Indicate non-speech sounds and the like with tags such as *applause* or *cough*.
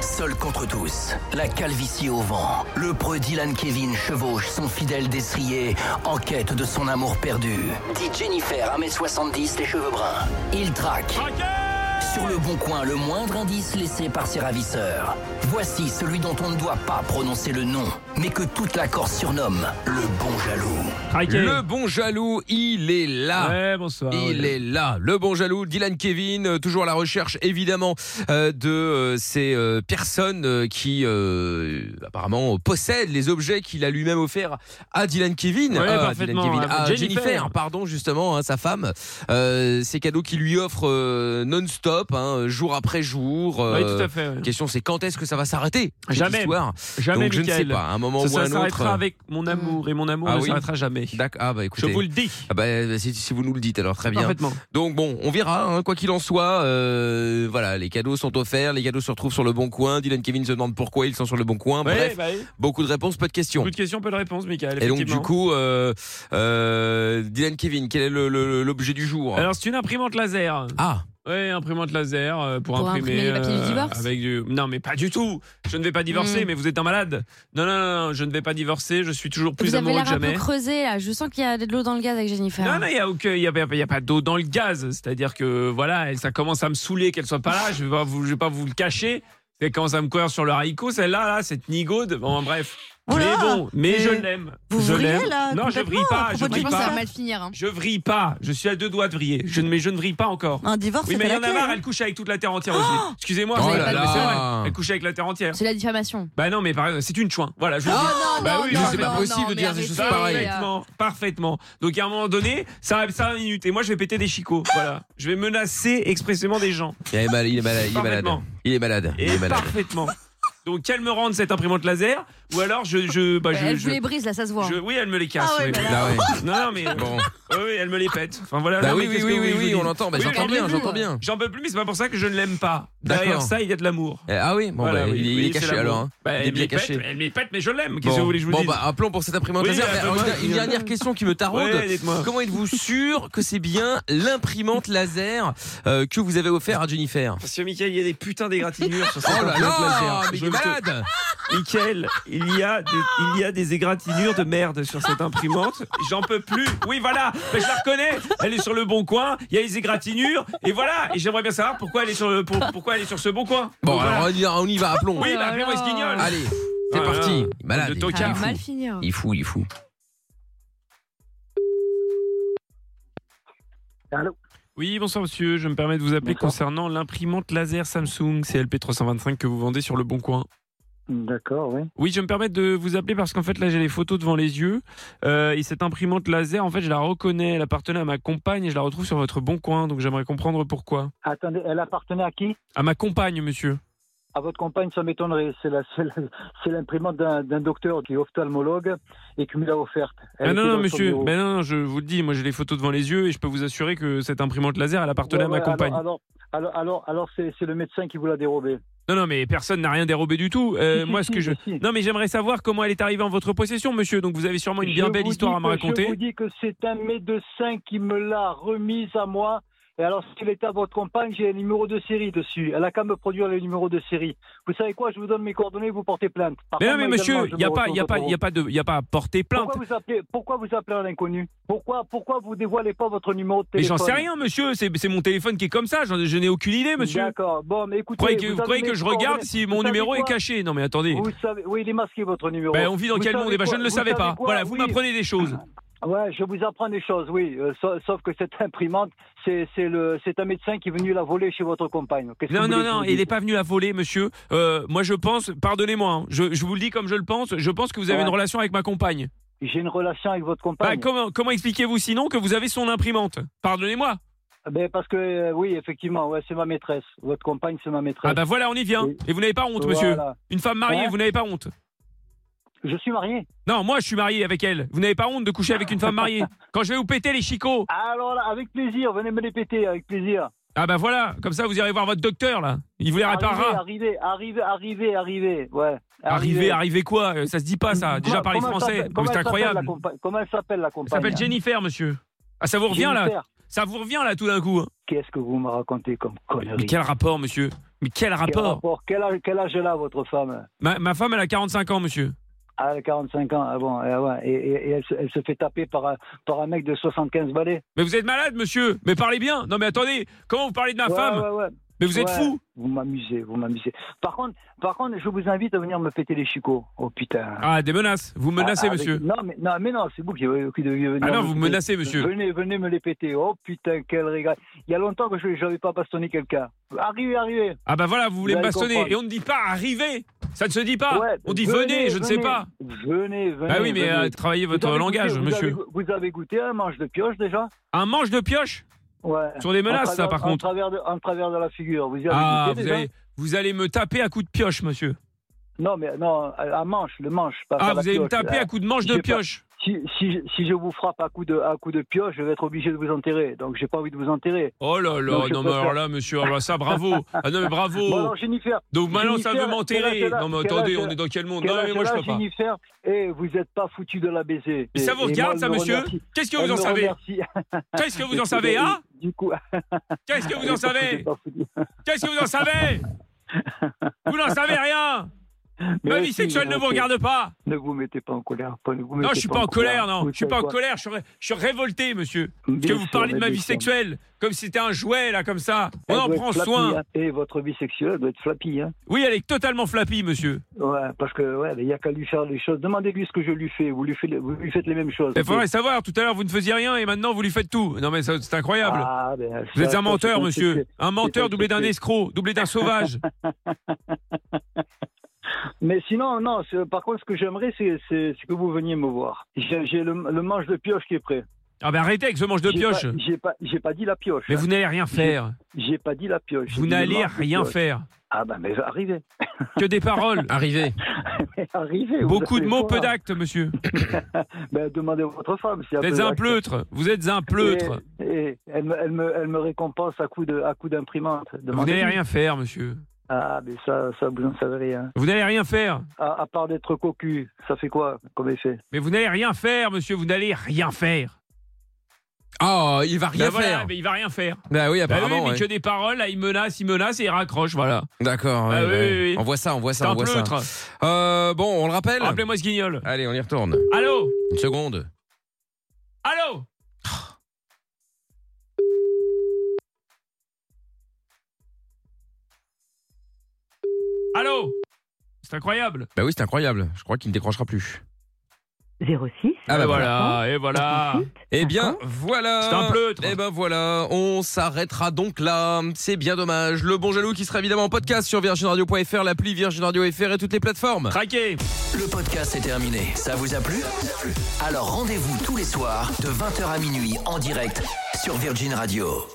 Seul contre tous, la calvitie au vent, le preux Dylan Kevin chevauche son fidèle destrier en quête de son amour perdu. Dit Jennifer, 1m70, les cheveux bruns. Il traque. Sur le bon coin, le moindre indice laissé par ses ravisseurs. Voici celui dont on ne doit pas prononcer le nom, mais que toute la Corse surnomme le bon jaloux. Traqué. Le bon jaloux, il est là. Ouais, bonsoir. Il est là, le bon jaloux, Dylan Kevin, euh, toujours à la recherche évidemment euh, de euh, ces euh, personnes euh, qui euh, apparemment euh, possèdent les objets qu'il a lui-même offerts à Dylan Kevin, Ouais, euh, à, parfaitement, Dylan Kevin, à à Jennifer. Jennifer, pardon justement, hein, sa femme, euh, ces cadeaux qu'il lui offre euh, non-stop, hein, jour après jour. Oui, tout euh, à fait. ouais. la question c'est quand est-ce que ça va s'arrêter cette Jamais. histoire Jamais, Donc je Michael. ne sais pas, à un moment Ça, ou ça à un autre. s'arrêtera avec mon amour et mon amour Ah ne oui. s'arrêtera jamais. D'accord. Ah bah Je écoutez. vous le dis. Ah bah, si, si vous nous le dites alors très bien. Parfaitement. Donc bon, on verra, hein, quoi qu'il en soit. euh, voilà, les cadeaux sont offerts, les cadeaux se retrouvent sur le bon coin. Dylan Kevin se demande pourquoi ils sont sur le bon coin. Ouais, Bref, bah oui. beaucoup de réponses, peu de questions. Beaucoup de questions, peu de réponses, Michael. Et donc du effectivement. coup, euh, euh, Dylan Kevin, quel est le- le- l'objet du jour Alors, c'est une imprimante laser. Ah, Ouais, imprimante laser euh, pour, Pour imprimer les papiers du divorce avec du... Non, mais pas du tout. Je ne vais pas divorcer, Mm. mais vous êtes un malade. Non, non, non, non, je ne vais pas divorcer. Je suis toujours plus Vous avez amoureux que l'air un peu jamais. creusé là. Je sens qu'il y a de l'eau dans le gaz avec Ah. Jennifer. Non, non, il n'y a, aucun- il y a, il y a pas d'eau dans le gaz. C'est-à-dire que, voilà, elle, ça commence à me saouler qu'elle soit pas là. Je ne vais, pas vous- je vais pas vous le cacher. Elle commence à me courir sur le haricot, celle-là, là, cette nigaude. Bon, bref. Oh là mais bon, mais Mais je l'aime. Vous je riez, l'aime. là Non, je complètement, vrille pas. à Je propos du vrille pense pas. à- mal finir. hein. Je vrille pas. Je suis à deux doigts de vriller. Je ne, mais je ne vrille pas encore. Un divorce, Oui, ça mais il fait la y en a clé, marre, hein. elle couche avec toute la terre entière aussi. Excusez-moi, Oh mais là c'est là. vrai, elle couche avec la terre entière. C'est la diffamation. Bah non, mais par exemple, c'est une chouin. Voilà, je vous le dis. Oh non, Bah non, oui, non, c'est pas non, possible non, de mais dire des choses arrêtez, pareilles. euh, Parfaitement, parfaitement. Donc à un moment donné, ça arrive 5 minutes et moi je vais péter des chicots. Voilà. Je vais menacer expressément des gens. il est, mal- il est malade, il est malade, Parfaitement. il est malade, il Et est malade. parfaitement. Donc qu'elle me rende cette imprimante laser ou alors je. je, bah, je, elle vous je- les brise là, ça se voit. hein. je- oui, elle me les casse. Ah ouais, oui. bah là. Là, *laughs* ouais. Non, non, mais. Bon. Oui, oui, elle me les pète. Enfin voilà. Bah Non, mais oui, oui, qu'est-ce que oui, vous voulez oui, que je oui, vous on dise l'entends, bah, Oui, j'entends mais bien, elle j'entends est bien. J'en peux plus, mais c'est pas pour ça que je ne l'aime pas. Derrière D'accord. ça, il y a de l'amour. Eh, Ah oui, bon, Voilà, bah, oui, il, il oui, est c'est caché l'amour. alors. hein. Bah, il est elle me bien les pète, caché. Elle me les pète, mais je l'aime. Qu'est-ce que vous voulez que je vous bon, dise bah, appelons pour cette imprimante Oui, laser. bah, Alors, bah, une- une dernière question qui me taraude. Ouais, dites-moi. Comment êtes-vous sûr que c'est bien l'imprimante laser euh, que vous avez offert à Jennifer Parce que Michael, il y a des putains d'égratignures sur cette Oh là imprimante là, laser. mais Je il est le te- malade Michael, il y a des, il y a des égratignures de merde sur cette imprimante. J'en peux plus. Oui, voilà. Mais je la reconnais. Elle est sur le bon coin. Il y a les égratignures. Et voilà. Et j'aimerais bien savoir pourquoi elle est sur le pour- pourquoi elle est sur ce bon coin. Bon, Donc, voilà. alors on y, on y va, appelons. oui, Oh bah, là appelez-moi là. Esquignol. Allez, c'est Ah, là, parti. là. Il est malade. De il- tocard. Ah, il est mal fou. finir. Il est fou, il est fou. Oui, bonsoir monsieur. Je me permets de vous appeler concernant l'imprimante laser Samsung CLP325 que vous vendez sur le Bon Coin. Mm, D'accord, oui. Oui, je me permets de vous appeler parce qu'en fait, là, j'ai les photos devant les yeux. Euh, et cette imprimante laser, en fait, je la reconnais. Elle appartenait à ma compagne et je la retrouve sur votre bon coin. Donc, j'aimerais comprendre pourquoi. Attendez, elle appartenait à qui À ma compagne, monsieur. À votre compagne, ça m'étonnerait. C'est la- c'est la- c'est l'imprimante d'un d'un docteur qui est ophtalmologue et qui me l'a offerte. Elle Ah non, était non, dans son monsieur. bureau. Ben non, non, je vous le dis, moi, j'ai les photos devant les yeux et je peux vous assurer que cette imprimante laser, elle appartenait Ouais, à ma ouais, compagne. Alors, alors, alors, alors, alors c'est c'est le médecin qui vous l'a dérobée. Non, non, mais personne n'a rien dérobé du tout. *laughs* Euh, moi, ce que je. Non, mais j'aimerais savoir comment elle est arrivée en votre possession, monsieur. Donc, vous avez sûrement une bien belle histoire à me Je vous raconter. dis que c'est un médecin qui me l'a remise à moi. Et alors, s'il était à votre compagne, j'ai un numéro de série dessus. Elle a qu'à me produire le numéro de série. Vous savez quoi Je vous donne mes coordonnées, vous portez plainte. Par Mais non, contre, mais moi, également, monsieur, je il n'y a me pas, retourne y a votre pas, y a pas de, y a pas à porter plainte. Pourquoi vous appelez, pourquoi vous appelez un inconnu pourquoi, pourquoi vous dévoilez pas votre numéro de Mais téléphone j'en sais rien, monsieur. C'est c'est mon téléphone qui est comme ça. J'en- Je n'ai aucune idée, monsieur. Vous D'accord. Bon, mais écoutez. croyez que, vous avez croyez mes que je regarde coordonnées. si Vous mon savez numéro est quoi caché Non, mais attendez. Vous savez, oui, il est masqué votre numéro. Ben, on vit dans Vous quel monde savez Eh ben, Je quoi- ne le vous savais savez pas. quoi voilà, vous Oui. m'apprenez des choses. *clears throat* Ouais, je vous apprends des choses, oui. Euh, sa- sauf que cette imprimante, c'est c'est le- c'est un médecin qui est venu la voler chez votre compagne. Qu'est-ce que Non, vous non, voulez que non, je vous il dise n'est pas venu la voler, monsieur. Euh, moi, je pense, pardonnez-moi, hein, je, je vous le dis comme je le pense, je pense que vous avez Ouais. une relation avec ma compagne. J'ai une relation avec votre Bah, compagne. comment comment expliquez-vous sinon que vous avez son imprimante Pardonnez-moi. Ben, parce que, euh, oui, effectivement, ouais, c'est ma maîtresse. Votre compagne, c'est ma maîtresse. Ah, bah voilà, on y vient. Oui. Et vous n'avez pas honte, monsieur. Voilà. Une femme mariée, Ouais. vous n'avez pas honte. Je suis marié. Non, moi, je suis marié avec elle. Vous n'avez pas honte de coucher avec une femme *laughs* mariée. Quand je vais vous péter les chicots, Alors là, avec plaisir, venez me les péter, avec plaisir. Ah bah voilà, comme ça vous irez voir votre docteur là. Il vous les Ah, réparera. Arrivez, arrivez, arrivez, arrivez, ouais. Ah, Arrivez, arrivez quoi Euh, Ça se dit pas ça. Déjà Comment- parler comment elle français, s'appelle- Oh, comment c'est elle s'appelle, la incroyable. compa- Comment elle s'appelle la Elle compagne s'appelle Jennifer monsieur. Ah ça vous revient là Jennifer. Ça vous revient là tout d'un coup. hein. Qu'est-ce que vous me racontez comme Mais connerie quel rapport monsieur Mais quel Quel, rapport rapport quel, âge, quel âge elle a, votre femme ma, ma femme, elle a 45 ans, monsieur. Ah, elle a 45 ans, ah bon, ah ouais, et, et- et elle, se- elle se fait taper par un, par un mec de 75 balais. Mais vous êtes malade, monsieur Mais parlez bien Non, mais attendez, comment vous parlez de ma Ouais, femme ouais, ouais. Mais vous êtes Ouais, fou Vous m'amusez, vous m'amusez. Par contre, par contre, je vous invite à venir me péter les chicots. Oh putain. Ah, des menaces Vous menacez, Ah, avec- monsieur Non, mais non, mais non c'est vous qui, qui deviez venir. Ah non, me vous péter. menacez, monsieur Venez, venez me les péter. Oh putain, quel régal. Il y a longtemps que je n'avais pas bastonné quelqu'un. Arrivez, arrivez. Ah bah voilà, vous voulez Vous me allez bastonner comprendre. Et on ne dit pas arrivez Ça ne se dit pas Ouais, Ah, On dit venez, je ne sais venez. pas Venez, venez. Bah oui, mais venez. euh, travaillez Vous votre avez langage, goûté- vous monsieur. avez- vous avez goûté un manche de pioche déjà Un manche de pioche Ouais. Ce sont des menaces, En ça, travers- par en contre. Travers de, en travers de la figure. Vous y avez Ah, goûté vous déjà allez, vous allez me taper à coups de pioche, monsieur. Non, mais non, à à manche, le manche. Pas Ah, pas la vous allez me pioche, taper là. à coups de manche je de sais pas. pioche. Si, si, je- si je vous frappe à coup de à coup de pioche, je vais être obligé de vous enterrer. Donc j'ai pas envie de vous enterrer. Oh là Non, là, je non mais préfère. alors là, monsieur, alors ça, *laughs* bravo. Ah non mais bravo. Bon alors Jennifer, Donc maintenant, ça veut Jennifer, quel m'enterrer. âge elle a Non mais Quel attendez, âge on elle a est dans quel monde quel Non mais âge moi, je elle a, peux pas. Jennifer, et vous n'êtes pas foutu de la baiser. Mais ça vous Et- et regarde, moi, ça, elle me monsieur remercie. Qu'est-ce que vous Elle en me savez remercie. Qu'est-ce que vous en savez, *laughs* hein Du coup, Qu'est-ce que vous *laughs* elle en est pas savez foutue, pas foutue. Qu'est-ce que vous en *laughs* savez Vous n'en savez rien Mais Ma ouais, vie si, sexuelle ne vous ok. regarde pas Ne vous mettez pas en colère. pas- ne vous Non, mettez je suis pas en colère, non. Vous Je suis savez pas en quoi colère, je suis ré- je suis révolté, monsieur. Parce que Bien vous sûr, parlez de mais ma bien vie sûr. sexuelle, comme si c'était un jouet, là, comme ça. On Elle en doit prend être flappie, soin. hein. Et votre vie sexuelle doit être flappie. Hein. Oui, elle est totalement flappie, monsieur. Ouais, parce que ouais, il n'y a qu'à lui faire les choses. Demandez-lui ce que je lui fais. Vous lui faites, vous lui faites les mêmes choses. Il faudrait savoir, tout à l'heure, vous ne faisiez rien et maintenant, vous lui faites tout. Non, mais ça, c'est incroyable. Ah, ben, vous ça, êtes ça, un menteur, c'est- monsieur. Un menteur un doublé d'un succès. escroc, doublé d'un *laughs* sauvage. Mais sinon, non. c'est- Par contre, ce que j'aimerais, c'est c'est- c'est que vous veniez me voir. J'ai j'ai le, le manche de pioche qui est prêt. Ah, ben arrêtez avec ce manche de J'ai pioche. pas- J'ai pas, j'ai pas dit la pioche. Mais hein. vous n'allez rien faire. J'ai pas dit la pioche. Vous J'ai dit le n'allez manche de rien pioche. faire. Ah ben, mais arrivez, *laughs* Que des paroles. Arrivé. arrivez. vous Beaucoup de allez mots, voir. peu d'actes, monsieur. Ben, demandez à votre femme. Si elle Vous êtes peut un accepter. pleutre. Vous êtes un pleutre. Et, et elle, me, elle, me, elle me récompense à coup de à coup d'imprimante. Vous n'allez Demandez-lui. rien faire, monsieur. Ah, mais ça, ça vous en savez rien. Vous n'allez rien faire. À, à part d'être cocu, ça fait quoi comme effet Mais vous n'allez rien faire, monsieur. Vous n'allez rien faire. Ah, il va rien Ben voilà, faire. mais il va rien faire. Bah oui, Bah oui, apparemment. mais ouais. que des paroles, là, il menace, il menace et il raccroche, voilà. D'accord. Ah ouais, oui, ouais. oui, oui. On voit ça, on voit C'est ça, on un voit ça. pleutre. Euh, bon, on le rappelle. Rappelez-moi ce guignol. Allez, on y retourne. Allô Une seconde. Allô Allô C'est incroyable. Bah oui, c'est incroyable. Je crois qu'il ne décrochera plus. 06. Ah bah et voilà. voilà, et voilà. 38. Eh bien, voilà. C'est un pleutre. Eh ben voilà, on s'arrêtera donc là. C'est bien dommage. Le bon jaloux qui sera évidemment en podcast sur virginradio.fr, l'appli virginradio.fr et toutes les plateformes. Traqué. Le podcast est terminé. Ça vous a plu Alors rendez-vous tous les soirs de 20h à minuit en direct sur Virgin Radio.